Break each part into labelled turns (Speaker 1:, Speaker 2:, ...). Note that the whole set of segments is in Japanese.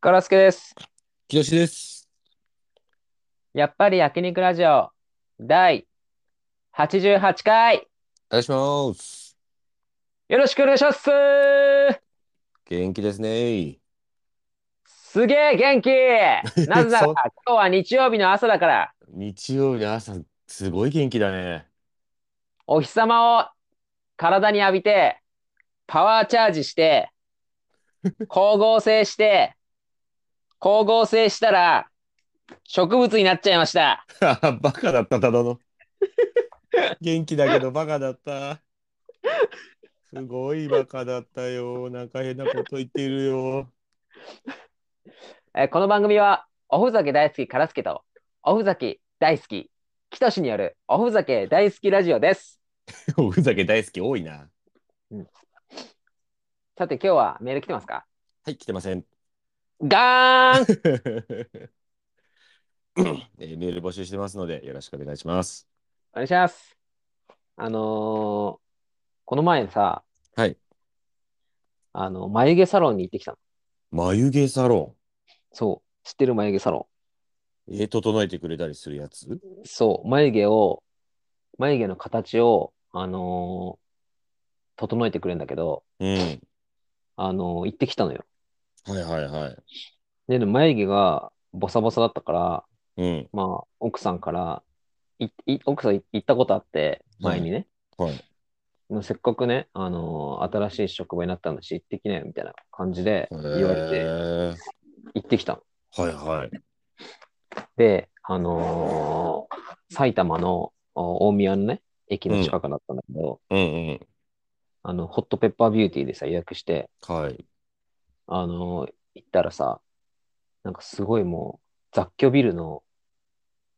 Speaker 1: ガラスケです。
Speaker 2: きよしです。
Speaker 1: やっぱり焼肉ラジオ第88回
Speaker 2: お願いします。
Speaker 1: よろしくお願いします
Speaker 2: 元気ですね。
Speaker 1: すげえ元気なぜなら
Speaker 2: そ
Speaker 1: 今日は日曜日の朝だから
Speaker 2: 日曜日の朝、すごい元気だね。
Speaker 1: お日様を体に浴びてパワーチャージして光合成して光合成したら植物になっちゃいました。
Speaker 2: バカだった、ただの。元気だけどバカだった。すごいバカだったよ。なんか変なこと言ってるよ。
Speaker 1: えーこの番組はおふざけ大好きからすけとおふざけ大好ききとしによるおふざけ大好きラジオです。
Speaker 2: おふざけ大好き多いな。
Speaker 1: さて今日はメール来てますか
Speaker 2: はい、来てませ ん。
Speaker 1: ガ ーン
Speaker 2: えーメール募集してますので、よろしくお願いします。
Speaker 1: お願いします。あのーこの前さ、
Speaker 2: はい。
Speaker 1: あの、眉毛サロンに行ってきたの。
Speaker 2: 眉毛サロ
Speaker 1: そう。知ってる眉毛サロ
Speaker 2: ン。え、整えてくれたりするやつ
Speaker 1: ン。そう。眉毛を、眉毛の形を、あのー整えてくれるんだけど、
Speaker 2: うん。
Speaker 1: あのー行ってきたのよ。
Speaker 2: はいはいはい。
Speaker 1: で、でも眉毛がボサボサだったから、
Speaker 2: うん。
Speaker 1: まあ、奥さんから、いい奥さん行ったことあって、前にね、
Speaker 2: はいはい
Speaker 1: もうせっかくね、あのー新しい職場になったんだし、行ってきなよみたいな感じで言われ
Speaker 2: へ
Speaker 1: て、
Speaker 2: ー
Speaker 1: 行ってきたの。
Speaker 2: はいはい。
Speaker 1: で、あのー埼玉のお大宮のね、駅の近くだったんだけど、
Speaker 2: うん
Speaker 1: あの、ホットペッパービューティーでさ、予約して、
Speaker 2: うん。はい。
Speaker 1: あのー行ったらさ、なんかすごいもう、雑居ビルの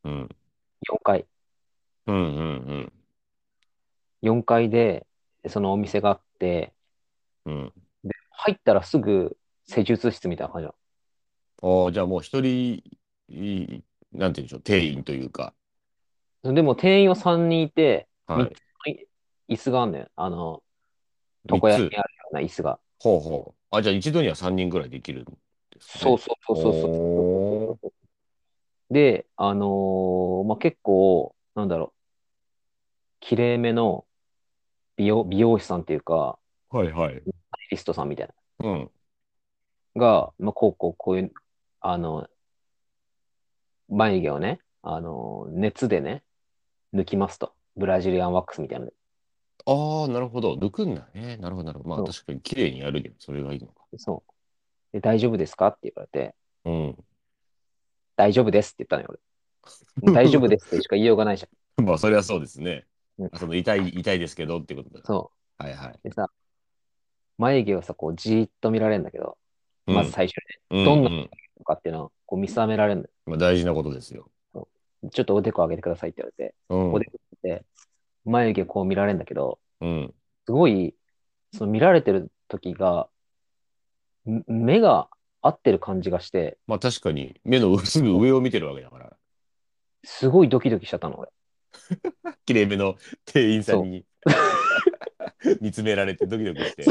Speaker 2: うん。
Speaker 1: 4階、
Speaker 2: うんうん
Speaker 1: 4階で、そのお店があって、
Speaker 2: うん。うん。
Speaker 1: 入ったらすぐ施術室みたいな感じなの
Speaker 2: ああ、じゃあもう一人、いいなんて言うんでしょう、店員というか。
Speaker 1: それでも店員は3人いて、
Speaker 2: は
Speaker 1: 三
Speaker 2: い。
Speaker 1: 椅子があんねん。あの、
Speaker 2: 三つ
Speaker 1: 床屋にあるような椅子が。
Speaker 2: ほうほう。あ、じゃあ一度には三人ぐらいできるんですね。
Speaker 1: そうそうそうそうそう。
Speaker 2: お
Speaker 1: で、あのーまあ、結構、なんだろう、綺麗めの美容、美容師さんっていうか、
Speaker 2: ーはいはい。
Speaker 1: スタイリストさんみたい
Speaker 2: うん。
Speaker 1: な、が、まあ、こうこうこういう、あの、眉毛をね、あの、熱でね、抜きますと。ブラジリアンワックスみたいなので
Speaker 2: ああ、なるほど。抜くんだね。なるほど、なるほど。ま
Speaker 1: そ
Speaker 2: あ
Speaker 1: う
Speaker 2: 確かに綺麗にやるけど、それがいいのか。
Speaker 1: そう。で、大丈夫ですかって言われて、
Speaker 2: うん。
Speaker 1: 大丈夫ですって言ったのよ、 俺。もう大丈夫ですってしか言いようがないじゃ
Speaker 2: まあそれはそうですね
Speaker 1: うん。
Speaker 2: その痛い、痛いですけどってことだ
Speaker 1: ん。。そ
Speaker 2: はいはい。
Speaker 1: う。でさ、眉毛をさ、こう、じーっと見られるんだけど、
Speaker 2: うん
Speaker 1: まず最初に
Speaker 2: うん
Speaker 1: どんな
Speaker 2: うん
Speaker 1: とかっていうのをこう見定められるんだ
Speaker 2: まあ大事なことですよ。
Speaker 1: よちょっとおでこ上げてくださいって言われて、
Speaker 2: うん
Speaker 1: おでこ上げて、眉毛こう見られるんだけど、
Speaker 2: うん。
Speaker 1: すごい、その見られてる時が、ん目が合ってる感じがして、
Speaker 2: まあ確かに、目のすぐ上を見てるわけだから。
Speaker 1: すごいドキドキしちゃったの、俺。
Speaker 2: 綺麗めの店員さんに 見つめられてドキドキして。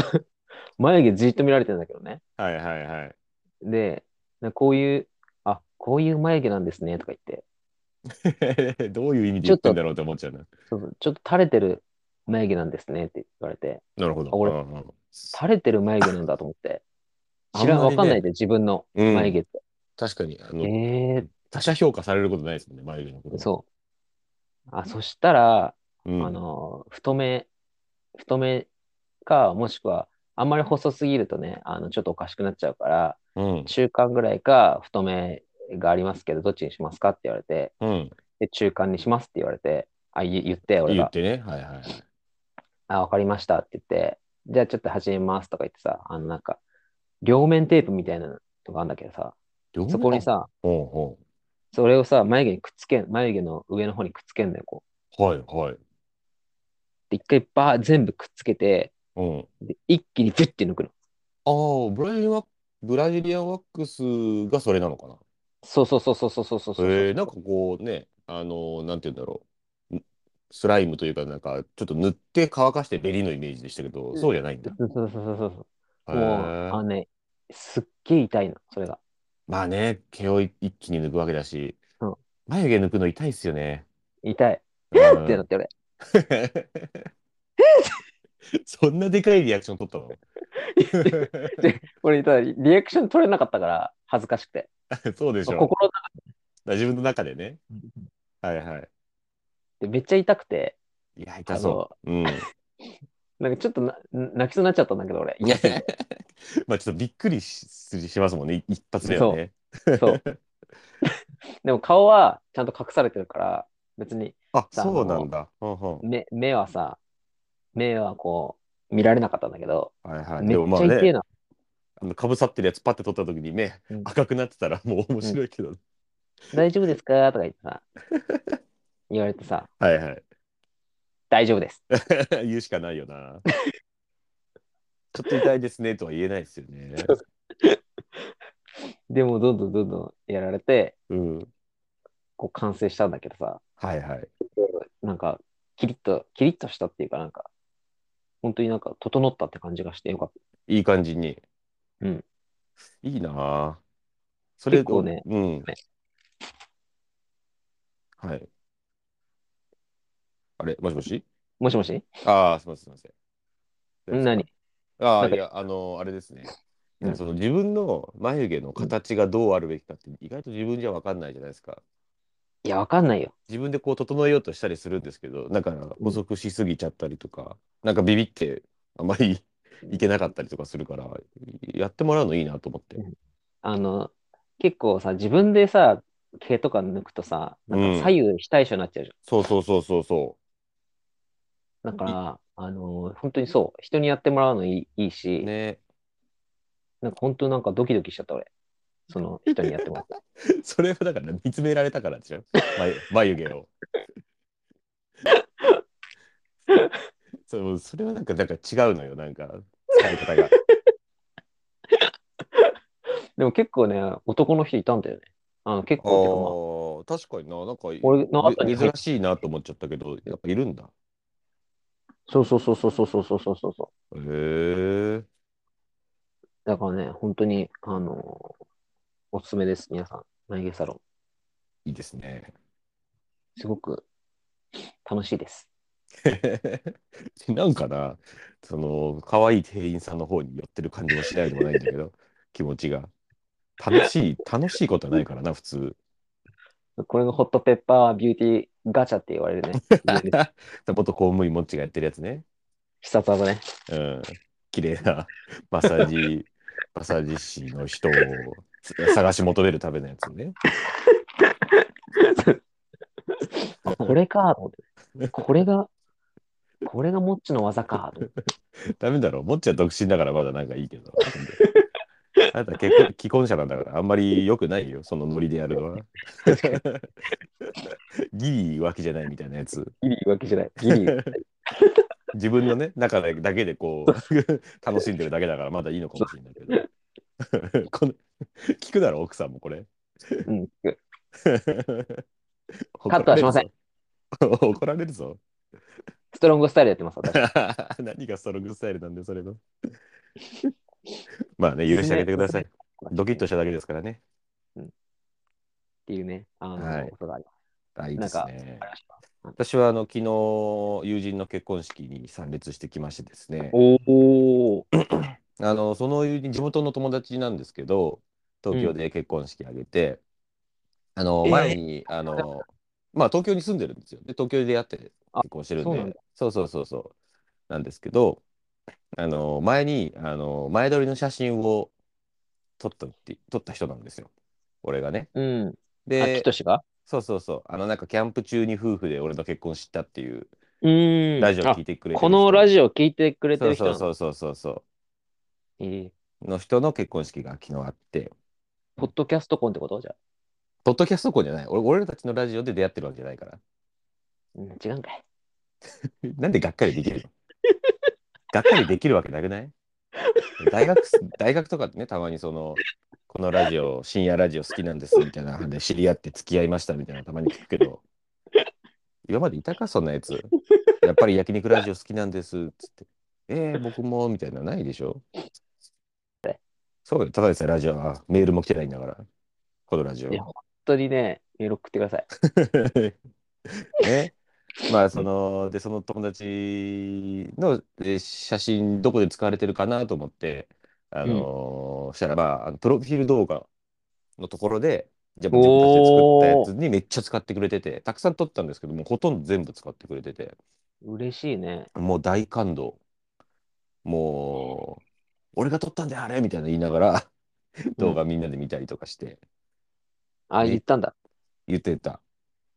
Speaker 1: 眉毛じーっと見られてるんだけどね。
Speaker 2: はいはいはい。
Speaker 1: で、なこういう、あ、こういう眉毛なんですね、とか言って、
Speaker 2: どういう意 味で言ってんだろうって思っちゃうな。
Speaker 1: そうそうちょっと垂れてる眉毛なんですねって言われて、
Speaker 2: なるほど。
Speaker 1: 俺
Speaker 2: うんうん
Speaker 1: 垂れてる眉毛なんだと思 って、
Speaker 2: あ
Speaker 1: 知らん、
Speaker 2: あま
Speaker 1: わ
Speaker 2: りね
Speaker 1: かんないで、自分の
Speaker 2: うん
Speaker 1: 眉毛って。
Speaker 2: 確かにあの、
Speaker 1: え
Speaker 2: 他者評価されることないですもんね、眉毛のこ
Speaker 1: ー、
Speaker 2: と。
Speaker 1: そう。あ、そしたら、
Speaker 2: うん
Speaker 1: あの、太め、太めか、もしくは、あんまり細すぎるとね、あの、ちょっとおかしくなっちゃうから、
Speaker 2: うん
Speaker 1: 中間ぐらいか、太めがありますけど、どっちにしますかって言われて、
Speaker 2: うん、
Speaker 1: で、中間にしますって言われて、あ、言言って、俺
Speaker 2: 言
Speaker 1: が
Speaker 2: っ。てね。はいはいはい。
Speaker 1: あ、わかりましたって言って、じゃあちょっと始めますとか言ってさ、あのなんか、両面テープみたいなのとかあんだけどさ、
Speaker 2: 両
Speaker 1: そこに。さ、
Speaker 2: ほ
Speaker 1: それをさ、眉毛にくっつけん、眉毛の上の方にくっつけんだよ、こう。
Speaker 2: うほうはいはい。
Speaker 1: で、一回バー全部くっつけて、
Speaker 2: うん、
Speaker 1: で一気にビュッて抜くの。
Speaker 2: ああ、ブラジリアンワッブラジリアンワックスがそれなのかな。
Speaker 1: そうそうそうそうそうそうそうそう。
Speaker 2: えー、なんかこうね、あのーなんて言うんだろう、んスライムというか、なんかちょっと塗って乾かしてベリのイメージでしたけど、そうじゃないんだ。
Speaker 1: そうそうそうそうそう。
Speaker 2: へ
Speaker 1: もう、あ
Speaker 2: ー
Speaker 1: のね、すっげえ痛いの、それが。
Speaker 2: まあね、毛を一気に抜くわけだし
Speaker 1: そう、
Speaker 2: 眉毛抜くの痛いっすよね。
Speaker 1: 痛い。
Speaker 2: うん
Speaker 1: えってなって俺。
Speaker 2: そんなでかいリアクション取ったの
Speaker 1: 俺、ただリアクション取れなかったから、恥ずかしくて。
Speaker 2: そうでしょ。
Speaker 1: 心の中
Speaker 2: 自分の中でね。はいはい。
Speaker 1: でめっちゃ痛くて、
Speaker 2: いや、痛そう。うん。
Speaker 1: なんかちょっとな泣きそうになっちゃったんだけど、俺。痛すぎて
Speaker 2: まあちょっとびっくりししますもんね、一発目はね。
Speaker 1: そう。でも顔はちゃんと隠されてるから、別に
Speaker 2: あ、そうなんだ。うんうん
Speaker 1: 目目はさ、目はこう、見られなかったんだけど、
Speaker 2: はいはい。
Speaker 1: め
Speaker 2: で
Speaker 1: っ
Speaker 2: もまあ
Speaker 1: ちゃ痛え
Speaker 2: ね、
Speaker 1: な。
Speaker 2: あのかぶさってるやつパッて取った時に目
Speaker 1: うん
Speaker 2: 赤くなってたらもう面白いけど。
Speaker 1: 大丈夫ですかとか言ってさ、言われてさ、
Speaker 2: はいはい。
Speaker 1: 大丈夫です。
Speaker 2: 言うしかないよな。ちょっと痛いですねとは言えないですよね。
Speaker 1: でも、どんどんどんどんやられて、
Speaker 2: うん。
Speaker 1: こう完成したんだけどさ、
Speaker 2: はいはい。
Speaker 1: なんか、キリッと、キリッとしたっていうかなんか、本当になんか整ったって感じがしてよかっ
Speaker 2: いい感じに。
Speaker 1: うん。
Speaker 2: いいなあそれ
Speaker 1: 結構ね。
Speaker 2: うん。はい。あれ、もしもした
Speaker 1: もしもし
Speaker 2: ああ、すみません、すみません。大丈夫です
Speaker 1: 何
Speaker 2: かあ
Speaker 1: な
Speaker 2: あ、
Speaker 1: んか
Speaker 2: いや、あの、あれですね。
Speaker 1: うん
Speaker 2: その自分の眉毛の形がどうあるべきかって、意外と自分じゃ分かんないじゃないですか。
Speaker 1: いや、わかんないよ。
Speaker 2: 自分でこう整えようとしたりするんですけど、だから補足しすぎちゃったりとか、なんかビビってあんまりいけなかったりとかするから、やってもらうのいいなと思って。
Speaker 1: あの、結構さ、自分でさ、毛とか抜くとさ、なんか左右非対称になっちゃうじ
Speaker 2: そうそうそうそうそ。
Speaker 1: ゃん。だから、あの、本当にそう、人にやってもらうのいいいいうし、
Speaker 2: ね。
Speaker 1: なんか本当なんかドキドキしちゃった俺。そ の人にやってもらった。
Speaker 2: それはだから見つめられたからでしょ。眉眉毛 を。そうそれはなんかなんか違うのよ、なんか使い方が。
Speaker 1: でも結構ね、男の人いたんだよね。あの結
Speaker 2: あ
Speaker 1: 構てかまあ
Speaker 2: ー確かにな、なんか
Speaker 1: 俺の後に
Speaker 2: 珍しいなと思っちゃったけど、やっぱいるんだ。
Speaker 1: そうそうそうそうそうそうそうそうそ
Speaker 2: へえ。
Speaker 1: う。だからね、本当に、あのおすすめです、皆さん。眉毛サロ
Speaker 2: いいですね。
Speaker 1: ン。すごく楽しいです。
Speaker 2: なんかな、その、可愛い店員さんの方に寄ってる感じもしないでもないんだけど、 気持ちが。楽しい、楽しいことはないからな、普通。
Speaker 1: これがホットペッパービューティーガチャって言われる ね。
Speaker 2: 元公務員もっちがやってるやつね。
Speaker 1: 必殺技ね。
Speaker 2: うん。綺麗なマッサージ、マッサージ師の人を探し求めるためのやつね。
Speaker 1: あ これかと思って。これが、これがモッチの技かと思って。
Speaker 2: ダメだろう。もっちは独身だからまだなんかい いけど。あなた結婚既婚者なんだからあんまり良くないよ、そのノリでやるのは。 ギリ浮気じゃないみたいなやつ。
Speaker 1: ギリわけじゃない。ギリ。
Speaker 2: 自分のね、中だけでこう、楽しんでるだけだからまだいいのかもしれない けど。この聞くだろ、奥さんもこれ。
Speaker 1: うん。
Speaker 2: カ
Speaker 1: ットはしません。
Speaker 2: 怒られるぞ。
Speaker 1: ストロングスタイルやってます、私。
Speaker 2: 何がストロングスタイルなんで、それ の。まあね、許してあげてください。ドキッとしただけですからね。
Speaker 1: っていうね、あの、
Speaker 2: はい
Speaker 1: ことがあり
Speaker 2: あ、いいですね
Speaker 1: ま。した。
Speaker 2: 私はあの昨日友人の結婚式に参列してきましてですね、
Speaker 1: おお。
Speaker 2: あのその友人地元の友達なんですけど、東京で結婚式挙げて、あの
Speaker 1: えー
Speaker 2: 前に、あのまあ東京に住んでるんですよ。で東京で出会って結
Speaker 1: あ
Speaker 2: 婚してるん
Speaker 1: そうなん
Speaker 2: で、そうそうそうそうなんですけど、あの前にあの前撮りの写真を撮ったって撮った人なんですよ。俺がね。
Speaker 1: うん。
Speaker 2: で、
Speaker 1: あ、キトシが
Speaker 2: そうそうそう。あの、なんかキャンプ中に夫婦で俺の結婚知ったっていう
Speaker 1: うん
Speaker 2: ラジオ聞いてくれてる人
Speaker 1: このラジオ聞いてくれてる人
Speaker 2: そう
Speaker 1: な
Speaker 2: そうそうそうそう
Speaker 1: のえー
Speaker 2: そう。の人の結婚式が昨日あって、
Speaker 1: ポッドキャストコンってことじゃあ。
Speaker 2: ポッドキャスト校じゃない。俺俺たちのラジオで出会ってるわけじゃないから。
Speaker 1: うん、違うんかい。
Speaker 2: なんでがっかりできるのがっかりできるわけなくない大学す、大学とかってね、たまにその、このラジオ、深夜ラジオ好きなんですみたいな話で知り合って付き合いましたみたいなたまに聞くけど、今までいたか、そんなやつ。やっぱり焼肉ラジオ好きなんですっつって、えー、僕もみたいなのないでしょそうよ、ただでさえラジオはメールも来てないんだから、このラジオ
Speaker 1: い。や本当にね、メール送ってください。
Speaker 2: ね。まあそのでその友達のえー写真どこで使われてるかなと思ってあのーそしたらまああのプロフィール動画のところでじゃあ自分たちで作ったやつにめっちゃ使ってくれててたくさん撮ったんですけどもうほとんど全部使ってくれてて
Speaker 1: 嬉しいね。
Speaker 2: もう大感動もう俺が撮ったんだよあれみたいな言いながら動画みんなで見たりとかして、
Speaker 1: あ、言ったんだ。
Speaker 2: 言ってた。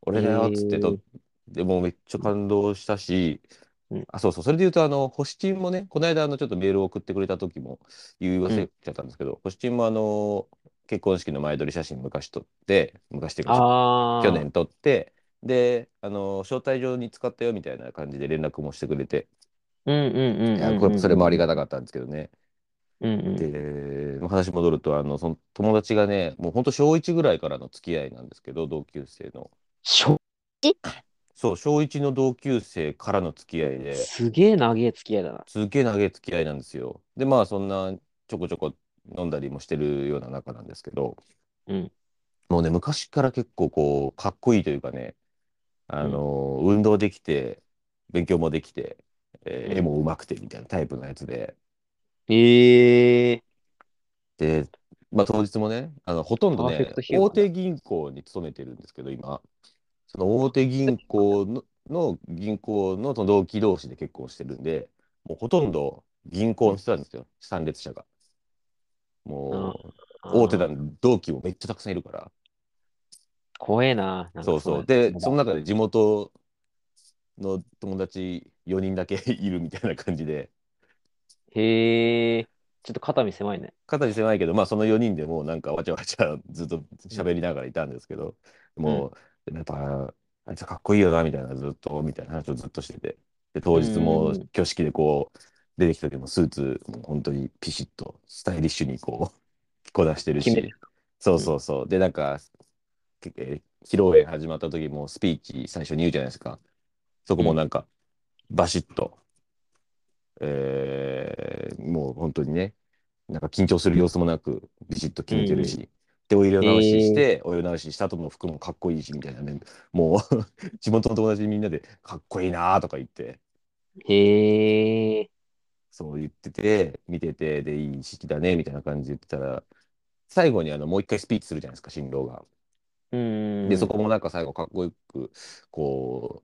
Speaker 2: 俺だよっつってと、でもめっちゃ感動したし、
Speaker 1: うん
Speaker 2: あ、そうそう、それで言うと、あの、星チンもね、この間、あの、ちょっとメールを送ってくれた時も言い忘れちゃったんですけど、星チンも、あの、結婚式の前撮り写真昔撮って、昔っていうか、
Speaker 1: ああ。
Speaker 2: 去年撮って、で、あの、招待状に使ったよみたいな感じで連絡もしてくれて、
Speaker 1: うんうんうんうんうん。
Speaker 2: いやこれそれもありがたかったんですけどね。
Speaker 1: うんうん。
Speaker 2: で、話戻ると、あの、その友達がね、もう本当小1ぐらいからの付き合いなんですけど、同級生の。
Speaker 1: しょ
Speaker 2: そう、小1の同級生からの付き合いで、
Speaker 1: すげえ長え付き合いだな。
Speaker 2: すげえ長い付き合いなんですよ。で、まあ、そんなちょこちょこ飲んだりもしてるような仲なんですけど、
Speaker 1: うん
Speaker 2: もうね、昔から結構こう、かっこいいというかね、あの、運動できて、勉強もできて、えー
Speaker 1: うん
Speaker 2: 絵もうまくてみたいなタイプのやつで、
Speaker 1: ええ
Speaker 2: で、まあ、当日もね、あのほとんど
Speaker 1: パーフェ
Speaker 2: ね
Speaker 1: クト、ヒューマン
Speaker 2: 大
Speaker 1: だ
Speaker 2: 手銀行に勤めてるんですけど、今、その大手銀行のの銀行のその同期同士で結婚してるんで、もうほとんど銀行の人なんですよ、参列者が。もう、大手だ、同期もめっちゃたくさんいるから。
Speaker 1: 怖えな。なんか
Speaker 2: そうそう。で、その中で地元の友達4人だけ いるみたいな感じで、
Speaker 1: へえ。ちょっと肩身狭いね。
Speaker 2: 肩身狭いけど、まあその4人でもうなんかわちゃわちゃずっと喋りながらいたんですけど、もう、やっぱ、あいつかっこいいよな、みたいな、ずっと、みたいな話をずっとしてて。で、当日
Speaker 1: うん
Speaker 2: も
Speaker 1: うんうん
Speaker 2: 挙式でこう、出てきた時もスーツ、もう本当にピシッと、スタイリッシュにこう、着 こなしてる
Speaker 1: 決め
Speaker 2: し、そうそうそう。で、なんか、けえー披露宴始まった時もスピーチ最初に言うじゃないですか。そこもなんか、バシッと、えーもう本当にね、なんか緊張する様子もなく、ビシッと決めてるし、で、お色直しして、お色直しした後の服もかっこいいし、みたいなね、もう、 地元の友達みんなで、かっこいいなーとか言って、
Speaker 1: へえ。
Speaker 2: そう言ってて、見てて、で、いい式だね、みたいな感じで言ってたら、最後にあの、もう一回スピーチするじゃないですか、新郎が。
Speaker 1: うん。
Speaker 2: で、そこもなんか最後かっこよく、こ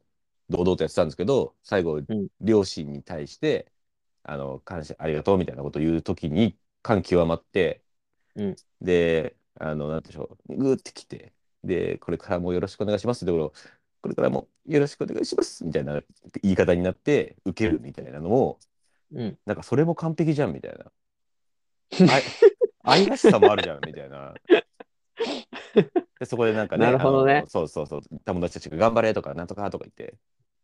Speaker 2: う、堂々とやってたんですけど、最後
Speaker 1: ん、
Speaker 2: 両親に対して、あの、感謝、ありがとうみたいなことを言うときに、感極まって、
Speaker 1: うん
Speaker 2: で、あの、なんて言うんでしょう、ぐーってきて、で、これからもよろしくお願いしますってところ、これからもよろしくお願いしますみたいな言い方になって、受けるみたいなのを、
Speaker 1: うん。
Speaker 2: なんかそれも完璧じゃんみたいな。 あい愛らしさもあるじゃんみたいな。でそこでなんかね、
Speaker 1: なるほどね
Speaker 2: あのそうそうそう、友達たちが頑張れとか、なんとかとか言って、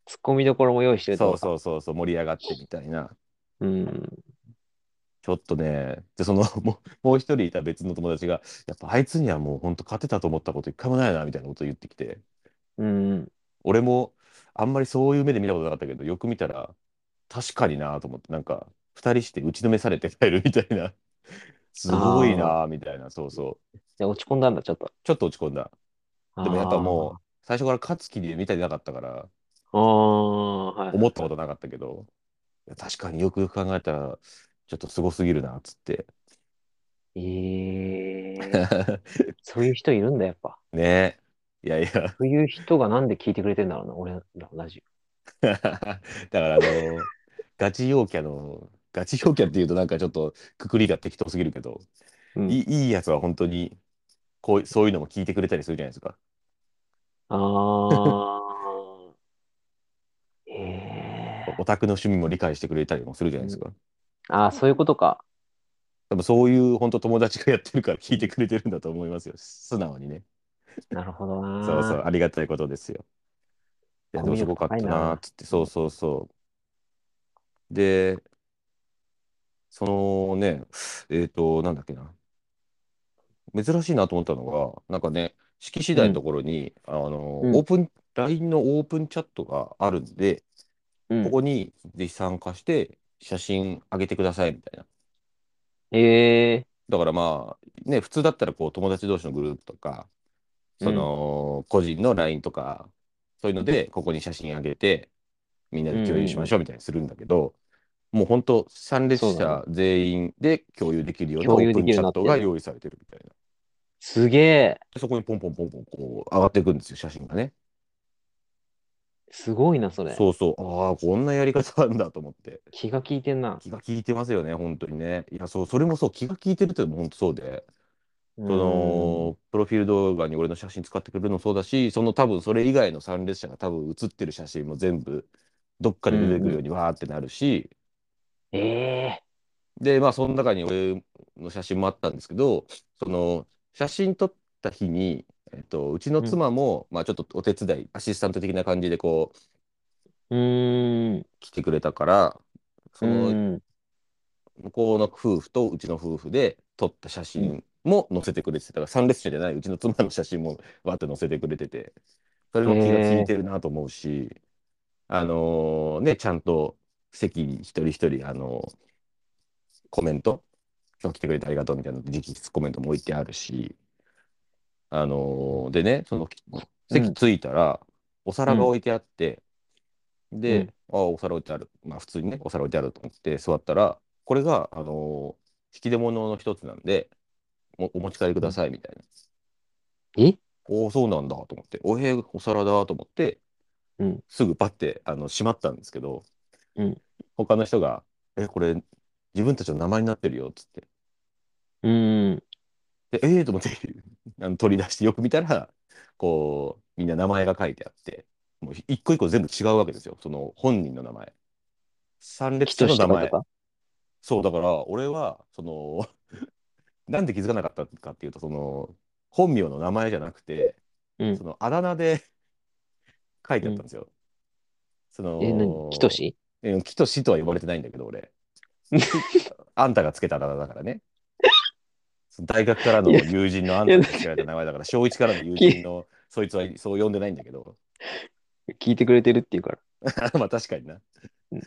Speaker 1: ツッコミどころも用意してる
Speaker 2: そう
Speaker 1: う。
Speaker 2: そうそうそう、盛り上がってみたいな。
Speaker 1: うん。
Speaker 2: ちょっとね、で、その、もうもう一人いた別の友達が、やっぱあいつにはもう本当勝てたと思ったこと一回もないなみたいなことを言ってきて、
Speaker 1: うん。
Speaker 2: 俺もあんまりそういう目で見たことなかったけど、よく見たら、確かになと思って、なんか、二人して打ちのめされて帰るみたいな、 すごいなみたいな、そうそう。
Speaker 1: じゃあ落ち込んだんだ、ちょっと。
Speaker 2: ちょっと落ち込んだ。でもやっぱもう、最初から勝つ気で見たりなかったから、
Speaker 1: う。ああ、はい。
Speaker 2: 思ったことなかったけど、いや確かによくよく考えたら、ちょっとすごすぎるな、っつって。
Speaker 1: ええそういう人いるんだ、やっぱ。
Speaker 2: ねえ。いやい や、
Speaker 1: そういう人がなんで聞いてくれてんだろうな、俺らのラジ
Speaker 2: だからあの、ガチ陽キャの、ガチ陽キャっていうとなんかちょっとくくりが適当すぎるけど、
Speaker 1: オ。うん
Speaker 2: いいいいやつは本当にこうい、そういうのも聞いてくれたりするじゃないですか。
Speaker 1: あ あ。ええ
Speaker 2: オタクの趣味も理解してくれたりもするじゃないですか。
Speaker 1: ああ、そういうことか。
Speaker 2: 多分そういう本当友達がやってるから聞いてくれてるんだと思いますよ。素直にね。
Speaker 1: なるほどな。
Speaker 2: そうそう、ありがたいことですよ。いや、でもすごかった
Speaker 1: コミュ力高い
Speaker 2: な
Speaker 1: な
Speaker 2: っつって、そうそうそう。で、そのね、えっ、と、なんだっけな。珍しいなと思ったのが、なんかね、式次第のところに、あの、
Speaker 1: うん
Speaker 2: オープン、LINE のオープンチャットがあるんで、
Speaker 1: うん
Speaker 2: ここにぜひ参加して、写真あげてくださいみたいな。
Speaker 1: ええ
Speaker 2: だからまあ、ね、普通だったらこう友達同士のグループとか、その、個人の LINE とか、そういうので、ここに写真あげて、みんなで共有しましょうみたいにするんだけど、もう本当、参列
Speaker 1: そうだ
Speaker 2: 者全員で共有できるようなオ
Speaker 1: 共有
Speaker 2: ープ
Speaker 1: で
Speaker 2: ン
Speaker 1: きる
Speaker 2: チ
Speaker 1: よう
Speaker 2: ャ
Speaker 1: になって
Speaker 2: ット
Speaker 1: る
Speaker 2: が用意されてるみたいな。
Speaker 1: すげえ。
Speaker 2: そこにポンポンポンポンこう上がっていくんですよ、写真がね。
Speaker 1: すごいな、それ。
Speaker 2: そうそう、ああ、こんなやり方あるんだと思って。
Speaker 1: 気が利いてんな。
Speaker 2: 気が利いてますよね、本当にね。いや、そう、それもそう、気が利いてるっていうのも本当そうで、
Speaker 1: そ
Speaker 2: そ、の、プロフィール動画に俺の写真使ってくれるのもそうだし、その多分それ以外の参列者が多分写ってる写真も全部、どっかで出てくるようにわーってなるし、
Speaker 1: ええ
Speaker 2: で、まあ、その中に俺の写真もあったんですけど、その、写真撮った日に、えっと、うちの妻も、まあ、ちょっとお手伝い、アシスタント的な感じでこう、
Speaker 1: うーん。
Speaker 2: 来てくれたから、その、
Speaker 1: うん
Speaker 2: 向こうの夫婦とうちの夫婦で撮った写真も載せてくれててだから参列者じゃないうちの妻の写真もわって載せてくれててそれも気が利いてるなと思うし、あのーねちゃんと席に一人一人あのーコメント今日来てくれてありがとうみたいな直筆コメントも置いてあるしあのーでねその席着いたらお皿が置いてあって、
Speaker 1: う
Speaker 2: で
Speaker 1: ん、
Speaker 2: あお皿置いてあるまあ普通にねお皿置いてあると思って座ったらこれが、あのー引き出物の一つなんでおお持ち帰りくださいみたいな。
Speaker 1: え
Speaker 2: おおそうなんだと思っておへお皿だと思って、
Speaker 1: うん
Speaker 2: すぐパッてあの閉まったんですけど、
Speaker 1: うん
Speaker 2: 他の人が「えこれ自分たちの名前になってるよ」っつって
Speaker 1: うん。
Speaker 2: でええー、と思って あの取り出してよく見たらこうみんな名前が書いてあってもう一個一個全部違うわけですよその本人の名前参列
Speaker 1: 人
Speaker 2: 者の
Speaker 1: しと
Speaker 2: 名
Speaker 1: かと
Speaker 2: 前
Speaker 1: か。
Speaker 2: そうだから俺はその なんで気づかなかったかっていうとその本名の名前じゃなくて
Speaker 1: うん
Speaker 2: そのあだ名で 書いてあったんですよ。その
Speaker 1: え、何人し
Speaker 2: うんきとしとは呼ばれてないんだけど 俺。あんたがつけたあだ名だからね。その大学からの
Speaker 1: いや
Speaker 2: 友人のあんたがつけられた名前だから小1からの友人のそいつはそう呼んでないんだけど
Speaker 1: 聞いてくれてるっていうから。
Speaker 2: まあ確かにな
Speaker 1: うん。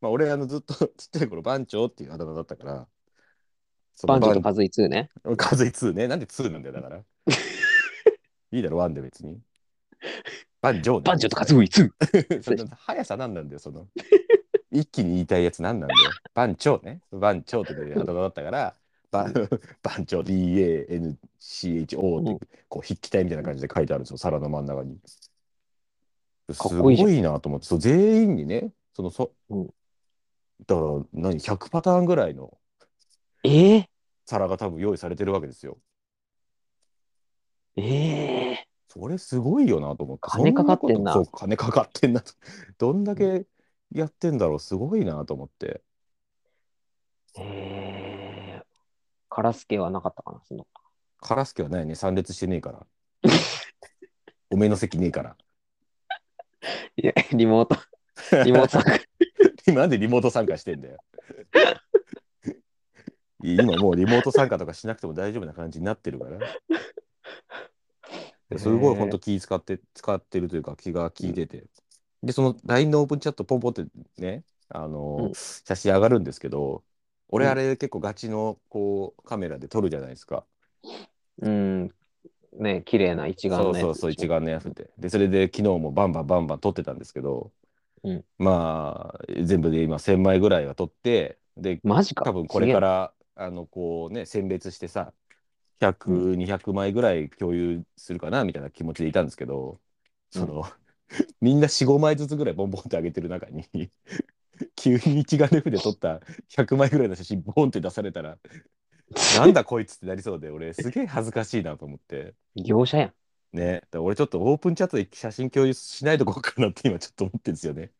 Speaker 2: まあ俺あのずっとちっちゃい頃番長っていうあだ名だったから。その
Speaker 1: バンジョとカズイ2ね。
Speaker 2: カズイ2ね。なんで2なんだ よ、だから。いいだろ、1で別に。バンジョーね
Speaker 1: バンジョとカズイ 2!
Speaker 2: その速さなんなんだよ、その。一気に言いたいやつなんなんだよ。 番長ね。番長ってあだ名だったから、ば番 長 DANCHO ってこう筆記体みたいな感じで書いてあるんですよ、皿の真ん中に。
Speaker 1: か
Speaker 2: す
Speaker 1: っこ
Speaker 2: ご
Speaker 1: いいじゃん
Speaker 2: いなと思って、そう全員にね、そのそ、
Speaker 1: うん
Speaker 2: だから何、100パターンぐらいの
Speaker 1: ええ
Speaker 2: 皿が多分用意されてるわけですよ。
Speaker 1: ええ
Speaker 2: それすごいよなと思って。
Speaker 1: 金かかってんな
Speaker 2: そことそう、金かかってんなと。どんだけやってんだろう、すごいなと思って。
Speaker 1: ええカラスケはなかったかな、その。
Speaker 2: カラスケはないね、参列してねえから。 おめえの席ねえから。
Speaker 1: いや、リモート、 リモート参加。
Speaker 2: 今 なんでリモート参加してんだよ。 今もうリモート参加とかしなくても大丈夫な感じになってるから。すごい本当気使って使ってるというか気が利いてて。で、その LINE のオープンチャットポンポンってね、あのー
Speaker 1: うん
Speaker 2: 写真上がるんですけど、俺
Speaker 1: うん
Speaker 2: あれ結構ガチのこうカメラで撮るじゃないですか。
Speaker 1: うん。ね綺麗な一眼の
Speaker 2: そう
Speaker 1: やつ
Speaker 2: そうそう、一眼のやつで。で、それで昨日もバンバンバンバン撮ってたんですけど、
Speaker 1: うん
Speaker 2: まあ、全部で今1000枚ぐらいは撮って、で、
Speaker 1: マジか。。
Speaker 2: 多分これからら、あの、こうね、選別してさ、100、200枚ぐらい共有するかなみたいな気持ちでいたんですけど、その、 みんな4、5枚ずつぐらいボンボンって上げてる中に、急に一眼レフで撮った100枚ぐらいの写真ボンって出され たら、なんだこいつってなりそうで、俺すげえ恥ずかしいなと思って。
Speaker 1: 業者やん。
Speaker 2: ね、だから俺ちょっとオープンチャットで写真共有しないとこうかなって 今ちょっと思ってるんですよね。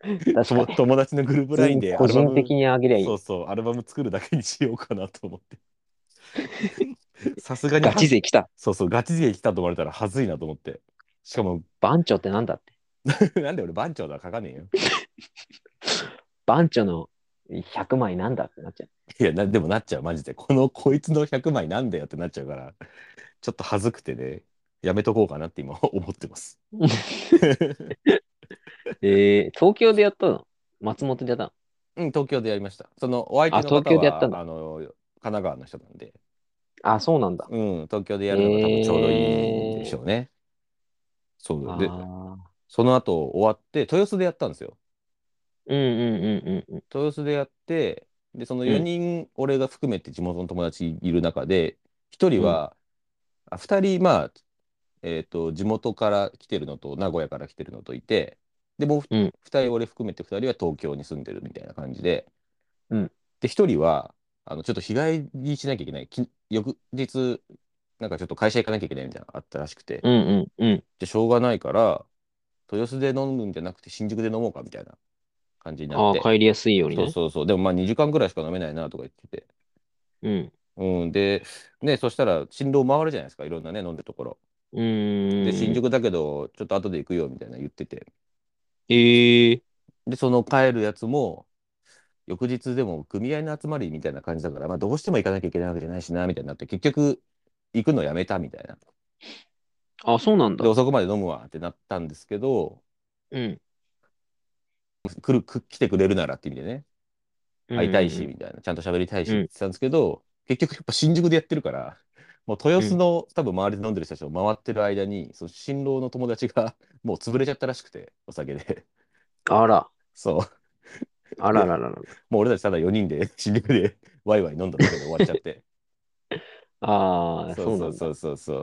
Speaker 1: 確か
Speaker 2: 友
Speaker 1: に。
Speaker 2: 友達のグループラインで
Speaker 1: 個人的
Speaker 2: に
Speaker 1: にあげりゃいい
Speaker 2: そ。うそう、アルバム作るだけにしようかなと 思って。さすがに
Speaker 1: ガチ勢来た。
Speaker 2: そうそう、ガチ勢来たと思われたらはずいなと思って。しかも、
Speaker 1: 番長ってなんだって。
Speaker 2: なんで俺番長だ書かねえよ。
Speaker 1: 番長の100枚なんだってなっちゃう。
Speaker 2: いやな、でもなっちゃう、マジで。このこいつの100枚なんだよってなっちゃうから、ちょっと恥ずくてね、やめとこうかなって今思ってます。
Speaker 1: ええ東京でやったの松本でやったの
Speaker 2: うん、東京でやりました。そのお相手の
Speaker 1: あ
Speaker 2: 方は
Speaker 1: 東京でやったんだ
Speaker 2: あの神奈川の人なんで、
Speaker 1: あ、そうなんだ。
Speaker 2: うん、東京でやるのが多分ちょうどいいでしょうね。そうで
Speaker 1: あ、ー
Speaker 2: その後終わって、豊洲でやったんですよ。
Speaker 1: うんうんうんうんうん。
Speaker 2: 豊洲でやって、で、その
Speaker 1: うん
Speaker 2: 4人、俺が含めて地元の友達いる中で、1人は、あ2人、まあ、えっ、と、地元から来てるのと、名古屋から来てるのといて、で、もう
Speaker 1: うん
Speaker 2: 2人、俺含めて2人は東京に住んでるみたいな感じで、
Speaker 1: うん
Speaker 2: で、1人は、あの、ちょっと日帰りしなきゃいけない。き翌日、なんかちょっと会社行かなきゃいけないみたいなのがあったらしくて、
Speaker 1: うんうんうん。
Speaker 2: じゃあしょうがないから、豊洲で飲むんじゃなくて新宿で飲もうかみたいな感じにな
Speaker 1: あ
Speaker 2: っ
Speaker 1: あ、
Speaker 2: て。
Speaker 1: 帰りやすいように
Speaker 2: そう
Speaker 1: ね。
Speaker 2: そうそう。でもまあ2時間ぐらいしか飲めないなとか言ってて。
Speaker 1: うん。
Speaker 2: うん、で、ね、そしたら新郎回るじゃないですか。いろんなね、飲んでるところ。
Speaker 1: うーん。
Speaker 2: で、新。宿だけど、ちょっと後で行くよみたいな言ってて。
Speaker 1: ええ
Speaker 2: で、その帰るやつも、翌日でも組合の集まりみたいな感じだから、まあどうしても行かなきゃいけないわけじゃないしな、みたいになって、結局、行くのやめたみたいな。
Speaker 1: あ、そうなんだ
Speaker 2: で、。遅くまで飲むわってなったんですけど、
Speaker 1: うん。
Speaker 2: 来る、く来てくれるならって意味でね。会いたいし、みたいな、ちゃんと喋りたいしって言ってたんですけど、結局やっぱ新宿でやってるから、もう豊洲の、多分周りで飲んでる人たちを回ってる間に、その新郎の友達が もう潰れちゃったらしくて、お酒で。
Speaker 1: あら、
Speaker 2: そう。
Speaker 1: あらららら。
Speaker 2: もう俺たちただ4人で 新宿でワイワイ飲んだだけで終わっちゃって。
Speaker 1: ああ、そうなん
Speaker 2: そう
Speaker 1: だ。
Speaker 2: そうそうそ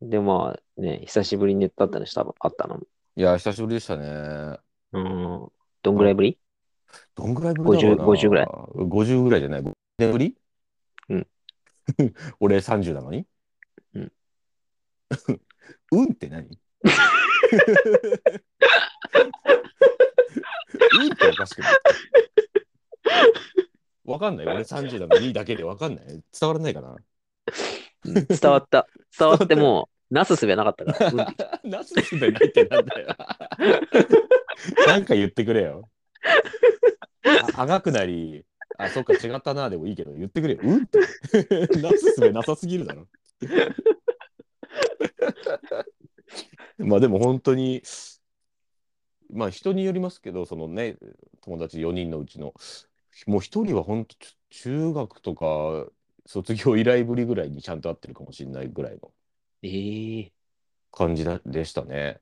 Speaker 2: う。
Speaker 1: で、まあね、久しぶりにネットあったのし、多分あったの。
Speaker 2: いや、久しぶりでしたね。
Speaker 1: うん。どんぐらいぶり
Speaker 2: どんぐらいぶりだろうな
Speaker 1: 50 50ぐらい。
Speaker 2: 50ぐらいじゃない。5年ぶり
Speaker 1: うん
Speaker 2: 俺30なのに
Speaker 1: うん。
Speaker 2: うんって何 うんっておか しくないわかんない。俺30なのにだけでわかんない。伝わらないかな。
Speaker 1: 伝わ った。伝わってもう、なすすべなかったから。うん
Speaker 2: なすすべないってなんだ よ。なんか言ってくれよ。ああがくなり、あ、そっか、違ったな、でもいいけど、言ってくれよ。うんって。 なすすべなさすぎるだろ。 まあでも本当に、まあ人によりますけど、そのね、友達4人のうちの、もう一人は本当、ちょ中学とか卒業以来ぶりぐらいにちゃんと会ってるかもしれないぐらいの
Speaker 1: ええ
Speaker 2: 感じだでしたね。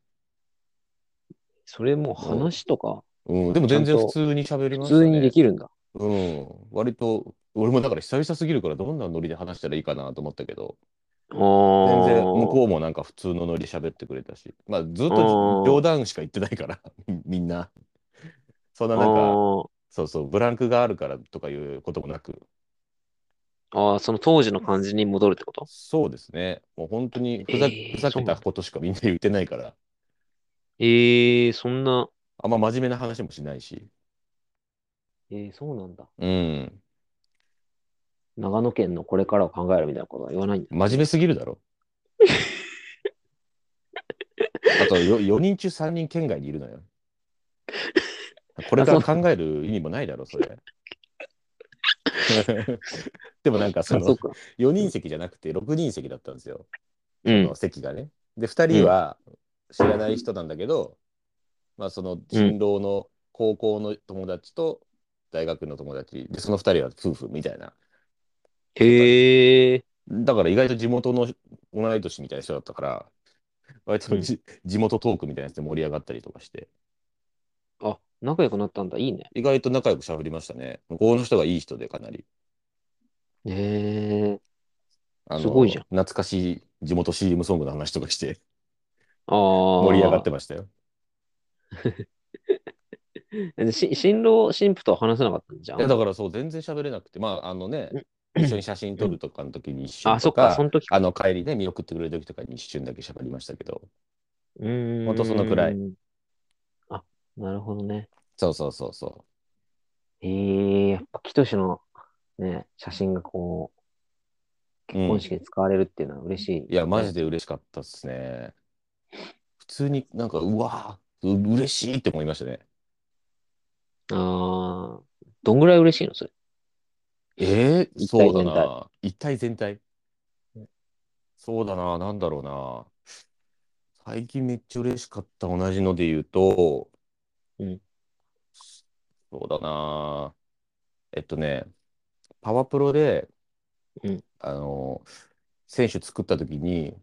Speaker 1: それもう話とか、
Speaker 2: うん、でも全然普通に喋りま
Speaker 1: 普
Speaker 2: したね。
Speaker 1: 通にできるんだ。
Speaker 2: うん、割と、俺もだから久々すぎるからどんなノリで話したらいいかなと思ったけど、
Speaker 1: ああ。
Speaker 2: 全然向こうもなんか普通のノリで喋ってくれたし、まあずっと
Speaker 1: あー
Speaker 2: 冗談しか言ってないから、 みんな。そんな
Speaker 1: あ
Speaker 2: なんか、
Speaker 1: ー
Speaker 2: そうそう、ブランクがあるからとかいうこともなく、
Speaker 1: あー、その当時の感じに戻るってこと
Speaker 2: そうですね、もう本当にふざ、
Speaker 1: えー
Speaker 2: ふざ
Speaker 1: そ
Speaker 2: け
Speaker 1: うな
Speaker 2: た
Speaker 1: んだ
Speaker 2: ことしかみんな言ってないから、
Speaker 1: ええそんな、
Speaker 2: あんま真面目な話もしないし、
Speaker 1: ええそうなんだ。
Speaker 2: うん、
Speaker 1: 長野県のこれからを考えるみたいなことは言わないんだ。
Speaker 2: 真面目すぎる だろ。あとよ4人中3人県外にいるのよ。これから考える意味もないだろ、それ。 でもなんかそ
Speaker 1: あそ
Speaker 2: の
Speaker 1: うか。
Speaker 2: 4人席じゃなくて6人席だったんですよ、
Speaker 1: う
Speaker 2: そ
Speaker 1: ん
Speaker 2: の。席がね。で、2人は知らない人なんだけど、まあその新郎の高校の友達と大学の友達で、その2人は夫婦みたいな
Speaker 1: へえ。
Speaker 2: だから意外と地元の同い年みたいな人だったから、割とじ、地元トークみたいなやつで盛り上がったりとかして、
Speaker 1: あ、仲良くなったんだ。いいね。
Speaker 2: 意外と仲良く喋りましたね。向こうの人がいい人でかなり。
Speaker 1: へえ。
Speaker 2: あの
Speaker 1: すごいじゃん
Speaker 2: 懐かしい地元 CM ソングの話とかして、
Speaker 1: ああ。
Speaker 2: 盛り上がってましたよ。
Speaker 1: えし新郎新婦とは話せなかったんじゃ
Speaker 2: いや
Speaker 1: ん。
Speaker 2: だからそう、全然喋れなくて、まあ、あのね、
Speaker 1: うん
Speaker 2: 一緒に写真撮るとかの時に一瞬
Speaker 1: あ、そ
Speaker 2: と
Speaker 1: っか、
Speaker 2: か、
Speaker 1: その時か。
Speaker 2: あの帰りね、見送ってくれる時とかに一瞬だけ喋りましたけど、
Speaker 1: うーん。
Speaker 2: ほんとそのくらい。
Speaker 1: あ、なるほどね。
Speaker 2: そうそうそうそ
Speaker 1: ええやっぱ、キトシのね、写真がこう、
Speaker 2: う。
Speaker 1: 結
Speaker 2: うん
Speaker 1: 婚式で使われるっていうのは嬉しい。
Speaker 2: いや、マジ
Speaker 1: で。
Speaker 2: で嬉しかったっすね。普通になんか、うわーう嬉しいって思いましたね。
Speaker 1: ああ、どんぐらい嬉しいのそれ。
Speaker 2: えー、
Speaker 1: 一
Speaker 2: そ
Speaker 1: 体
Speaker 2: うだな。一体全体。そうだな、なんだろうな。最近めっちゃ嬉しかった同じので言うと、
Speaker 1: うん
Speaker 2: そうだな。えっとね、パワプロで、
Speaker 1: うん
Speaker 2: あの選手作った時に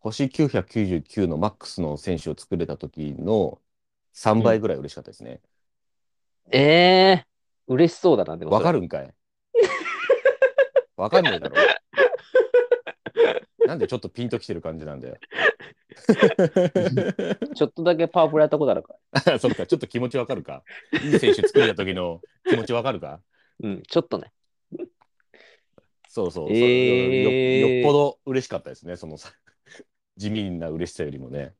Speaker 2: 星999のマックスの選手を作れた時の3倍ぐらい嬉しかったですね。
Speaker 1: ええー、嬉しそうだな、でも
Speaker 2: わ、
Speaker 1: それ。
Speaker 2: かるんかい わかんねえ だろ。なんでちょっとピンときてる感じなんだよ。
Speaker 1: ちょっとだけパワプロやったことあるから。
Speaker 2: そっか、ちょっと気持ちわかるか。いい選手作れた時の気持ちわかるか。
Speaker 1: うん、ちょっとね。
Speaker 2: そうそう
Speaker 1: え
Speaker 2: それよ
Speaker 1: ー
Speaker 2: よっぽど嬉しかったですね、そのさ地味な嬉しさよりもね。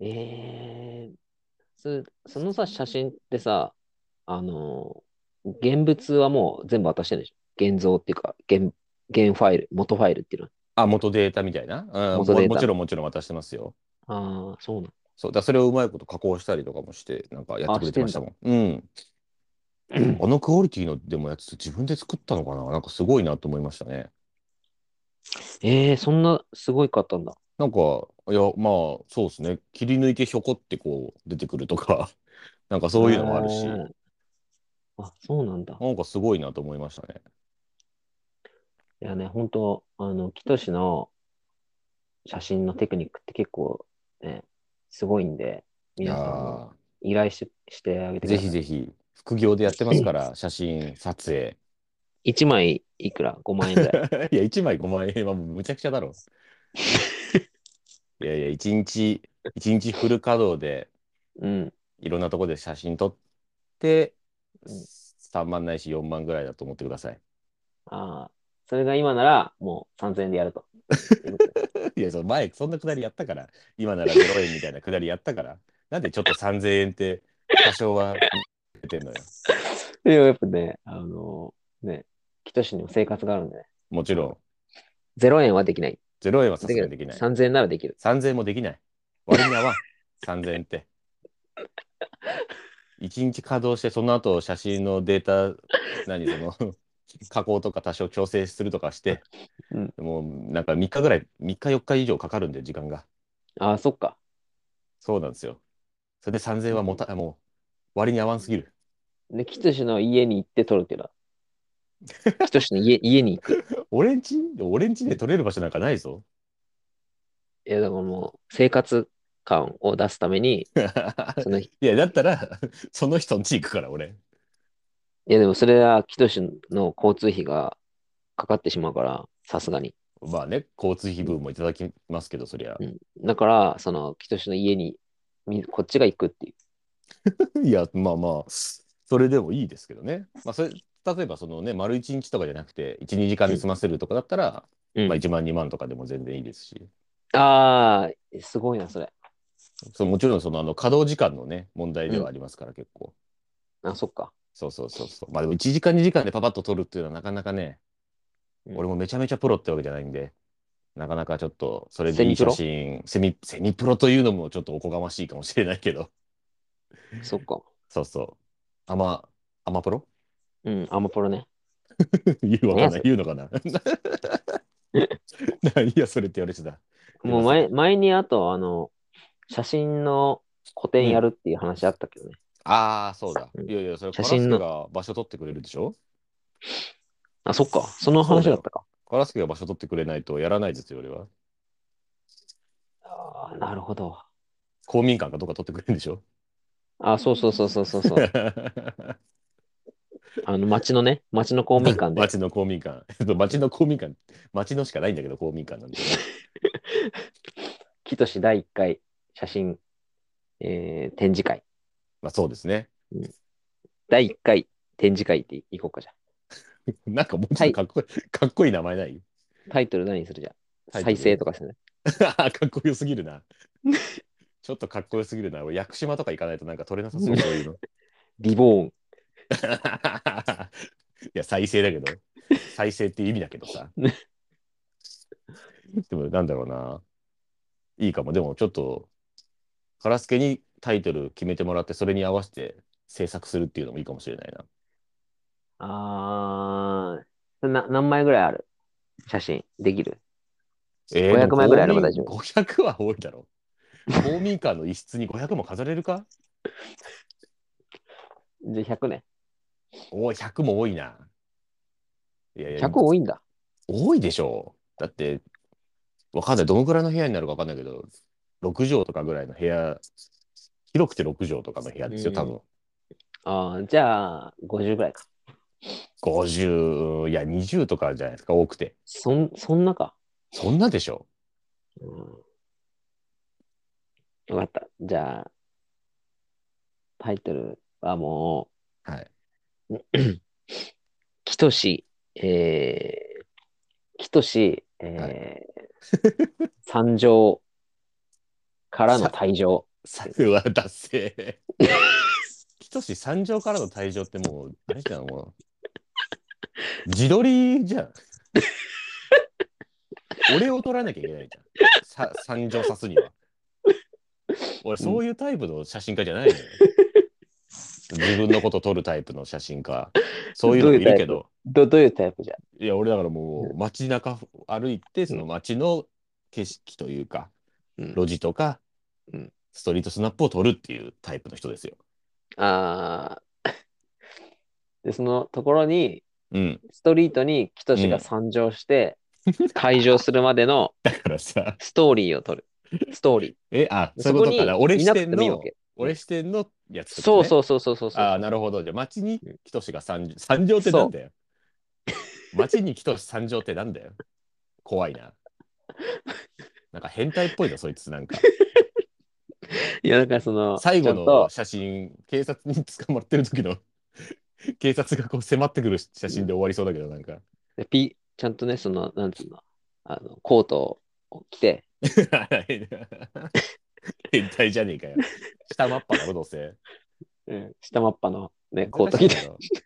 Speaker 1: ええそそのさ、写真ってさ、あのー現物はもう全部渡してるでしょ現像っていうか、現、現ファイル、元ファイルっていうの
Speaker 2: あ、元データみたいな。うん、
Speaker 1: 元データ
Speaker 2: ももちろんもちろん渡してますよ。
Speaker 1: は。ああ、そうなの。
Speaker 2: そうだからそれをうまいこと加工したりとかもして、なんかやってくれてましたもん。 うん。あのクオリティのでもやつ自分で作ったのかななんかすごいなと思いましたね。
Speaker 1: ええそんなすごいかったんだ。
Speaker 2: なんか、いや、まあ、そうですね。切り抜いてひょこってこう出てくるとか、 なんかそういうのもあるし、
Speaker 1: えーあ、そうなんだ。
Speaker 2: なんかすごいなと思いましたね。
Speaker 1: いやね、本当あの、キトシの写真のテクニックって結構ね、すごいんで、
Speaker 2: い
Speaker 1: 皆さんも
Speaker 2: や
Speaker 1: 依頼ししてあげ
Speaker 2: ー
Speaker 1: てくだ
Speaker 2: ぜ
Speaker 1: さい。
Speaker 2: ひぜひ、副業でやってます から、写真撮影。
Speaker 1: 1枚いくら ?5 万円ぐらい。
Speaker 2: いや、1枚5万円はもうむちゃくちゃだろ。 いやいや、1日、一日フル稼働で、
Speaker 1: うん。
Speaker 2: いろんなとこで写真撮って、
Speaker 1: うん
Speaker 2: 3万ないし4万ぐらいだと思ってください。
Speaker 1: ああ、それが今ならもう3000円でやると。
Speaker 2: いや、その前、そんなくだりやったから、今なら0円みたいなくだりやったから、なんでちょっと3000円って、多少は出てんのよ。
Speaker 1: でもやっぱね、あのね、キトシにも生活があるんでね、
Speaker 2: もちろん、
Speaker 1: 0円はできない。
Speaker 2: 0円はさ
Speaker 1: だけ
Speaker 2: すが
Speaker 1: ど
Speaker 2: にできない。
Speaker 1: 3000円ならできる。
Speaker 2: 3000円もできない。割に合わん、3000円って。1日稼働して、その後写真のデータ、何、その、加工とか多少調整するとかして、
Speaker 1: うん
Speaker 2: もうなんか3日ぐらい、3日4日以上かかるんで、時間が。
Speaker 1: ああ、そっか。
Speaker 2: そうなんですよ。それで3000円はもた、もう、割に合わんすぎる。
Speaker 1: で、キトシの家に行って撮るっていうの は。キトシの家家に行く。
Speaker 2: 俺んち俺んちで取れる場所なんかないぞ。
Speaker 1: いや、だからもう生活感を出すために、その
Speaker 2: いや、だったら、その人んち行くから、俺。
Speaker 1: いやでもそれはキトシの交通費がかかってしまうから、さすがに。
Speaker 2: まあね、交通費分もいただきますけど、そりゃ
Speaker 1: う。ん、だから、そのキトシの家にみこっちが行くっていう。
Speaker 2: いや、まあまあ、それでもいいですけどね。まあ、それ例えば、そのね、丸1日とかじゃなくて、1、2時間で済ませるとかだったら、
Speaker 1: うん
Speaker 2: まあ、1万、2万とかでも全然いいですし、
Speaker 1: ああ、すごいな、それ。
Speaker 2: そうもちろん、その、あの、稼働時間のね、問題ではありますから、結構。
Speaker 1: あ、そっか。
Speaker 2: そうそうそうそう。まあ、でも1時間、2時間でパパッと取るっていうのは、なかなかね、
Speaker 1: うん
Speaker 2: 俺もめちゃめちゃプロってわけじゃないんで、なかなかちょっと、それでいい
Speaker 1: セミプ
Speaker 2: 写
Speaker 1: ロ
Speaker 2: 真、セミ、セミプロというのもちょっとおこがましいかもしれないけど、
Speaker 1: そっか。
Speaker 2: そうそう。アマ、アマプロ
Speaker 1: うん、アマプロね。
Speaker 2: 言うわ
Speaker 1: 何
Speaker 2: かん
Speaker 1: や
Speaker 2: な
Speaker 1: そ
Speaker 2: い
Speaker 1: れ
Speaker 2: 言うのかな 何やそれって言われてた。
Speaker 1: もう前前にあと、あの、写真の個展やるっていう話あったけどね。
Speaker 2: ああ、そうだ
Speaker 1: う。ん
Speaker 2: いやいや、それカ
Speaker 1: 写
Speaker 2: ラス
Speaker 1: 真
Speaker 2: ケ
Speaker 1: の
Speaker 2: が場所取ってくれるでしょ
Speaker 1: あ、そっか。その話だったか。
Speaker 2: カラスケが場所取ってくれないとやらないですよ、俺は。
Speaker 1: ああ、なるほど。
Speaker 2: 公民館かどうか取ってくれるんでしょ
Speaker 1: あ、そうそうそうそうそうそう。あの、町のね、町の公民館で。
Speaker 2: 町の公民館。 町の公民館。町のしかないんだけど、公民館なんで。
Speaker 1: キトシ第1回写真、えー展示会。
Speaker 2: まあそうですね。
Speaker 1: 第1回展示会って行こうかじゃ
Speaker 2: なんかもうちょっとかっこいい、かっこいい名前ない
Speaker 1: あ。タイトル何にするじゃ
Speaker 2: タ
Speaker 1: ん。
Speaker 2: イトル
Speaker 1: 再生とかするね。
Speaker 2: かっこよすぎ るな。ちょっとかっこよすぎるな。俺、屋久島とか行かないとなんか取れなさそう、そういうの。
Speaker 1: リボーン。
Speaker 2: いや、再生だけど、再生っていう意味だけ どさ。でも、なんだろうな。いいかも。でも、ちょっと、カラスケにタイトル決めてもらって、それに合わせて制作するっていうのもいいかもしれないな。
Speaker 1: あーな、何枚ぐらいある写真できる
Speaker 2: え
Speaker 1: 500枚ぐらいあれば大丈夫
Speaker 2: 夫。500は多いだろ。公民館の一室に500も飾れるか
Speaker 1: じゃあ100ね。
Speaker 2: おお、100も多いな。いやいや、
Speaker 1: 100多いんだ。
Speaker 2: 多いでしょう。だって、わかんない。どのくらいの部屋になるかわかんないけど、6畳とかぐらいの部屋、広くて6畳とかの部屋ですよ、多分。
Speaker 1: ああ、じゃあ、50ぐらいか。
Speaker 2: 50、いや、20とかじゃないですか、多くて。
Speaker 1: そん、そんなか。
Speaker 2: そんなでしょ
Speaker 1: うん。よかった。じゃあ、タイトルはも
Speaker 2: う。はい。
Speaker 1: う、きとし、えー、きとし、えー、参上からの退場。
Speaker 2: さうわ、達成。きとし三条からの退場ってもう、あれじゃん、もう。自撮りじゃん。俺を撮らなきゃいけないじゃん。さ三条刺すには。俺、そういうタイプの写真家じゃないのよ。自分のこと撮るタイプの写真家。そういうのもいるけ
Speaker 1: どう
Speaker 2: ど。
Speaker 1: ど、どういうタイプじゃ
Speaker 2: いや、俺だからもう街中歩いて、その街の景色という
Speaker 1: う
Speaker 2: か、
Speaker 1: ん
Speaker 2: 路地とか、
Speaker 1: うん
Speaker 2: ストリートスナップを撮るっていうタイプの人ですよ。
Speaker 1: ああ。で、そのところに、
Speaker 2: うん。
Speaker 1: ストリートにキトシが参上して、退場するまでの
Speaker 2: だからさ、
Speaker 1: ストーリーを撮る。ストーリー。
Speaker 2: え、あ、
Speaker 1: で
Speaker 2: そういうことかな。俺視
Speaker 1: なくて
Speaker 2: 点
Speaker 1: もいいわ
Speaker 2: の、
Speaker 1: け。
Speaker 2: 俺視点のやつ、。
Speaker 1: そうそううそうそうそうそう。
Speaker 2: あーなるほど。じゃあ、街にキトシが三条、 三条ってなんだよ。街にキトシ三条ってなんだよ。怖い な。なんか変態っぽいな、そいつなんか。
Speaker 1: いや、だからその、
Speaker 2: 最後
Speaker 1: ちゃんと
Speaker 2: の写真、警察に捕まってる時の警察がこう迫ってくる写真で終わりそうだけど、なんか。
Speaker 1: でピちゃんとね、その、なんつうの、あのコートを着て、
Speaker 2: 変態じゃねえかよ。下マッパだろ、どうせ。
Speaker 1: 下マッパの、ね、コート着て、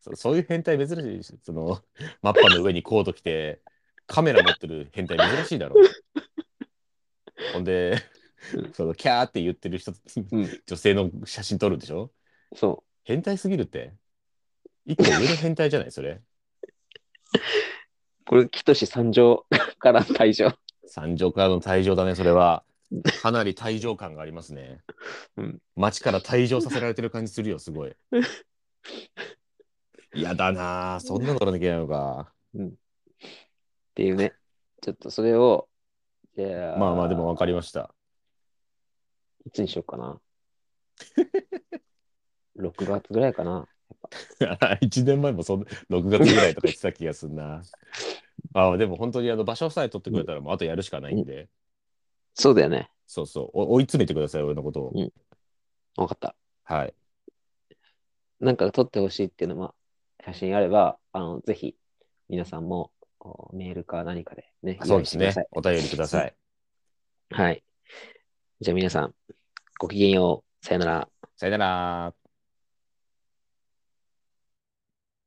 Speaker 2: そ。そういう変態珍しいし、その、マッパの上にコート着て、カメラ持ってる変態珍しいだろ。ほんで、そのキャーって言ってる人、
Speaker 1: うん
Speaker 2: 女性の写真撮るんでしょ
Speaker 1: そ
Speaker 2: 変態すぎるって。一個上の変態じゃない、それ。
Speaker 1: う、これ、キトシ参上 からの退場。
Speaker 2: 三条からの退場だね、それは。 かなり退場感がありますね。
Speaker 1: うん
Speaker 2: 街から退場させられてる感じするよ、すごい。やだなあそんなの撮らなきゃいけないのか。
Speaker 1: っていうね、ちょっとそれを、じゃ
Speaker 2: まあまあ、でも分かりました。
Speaker 1: いつにしようかな。6月ぐらいかな。
Speaker 2: 1年前もそん6月ぐらいとか言ってた気がすんな。ああでも本当にあの場所さえ取ってくれたらもうあとやるしかないんで、
Speaker 1: そうだよね。
Speaker 2: そうそうお追い詰めてください、俺のことを。
Speaker 1: わかった。
Speaker 2: はい。
Speaker 1: なんか撮ってほしいっていうのも、写真あれば、あの、ぜひ、皆さんも、おメールか何かでね、
Speaker 2: そうです
Speaker 1: 依頼してくだ
Speaker 2: ね
Speaker 1: さい。
Speaker 2: お便りください。
Speaker 1: はい。じゃあ皆さん、ごきげんよう。さよなら。
Speaker 2: さよなら。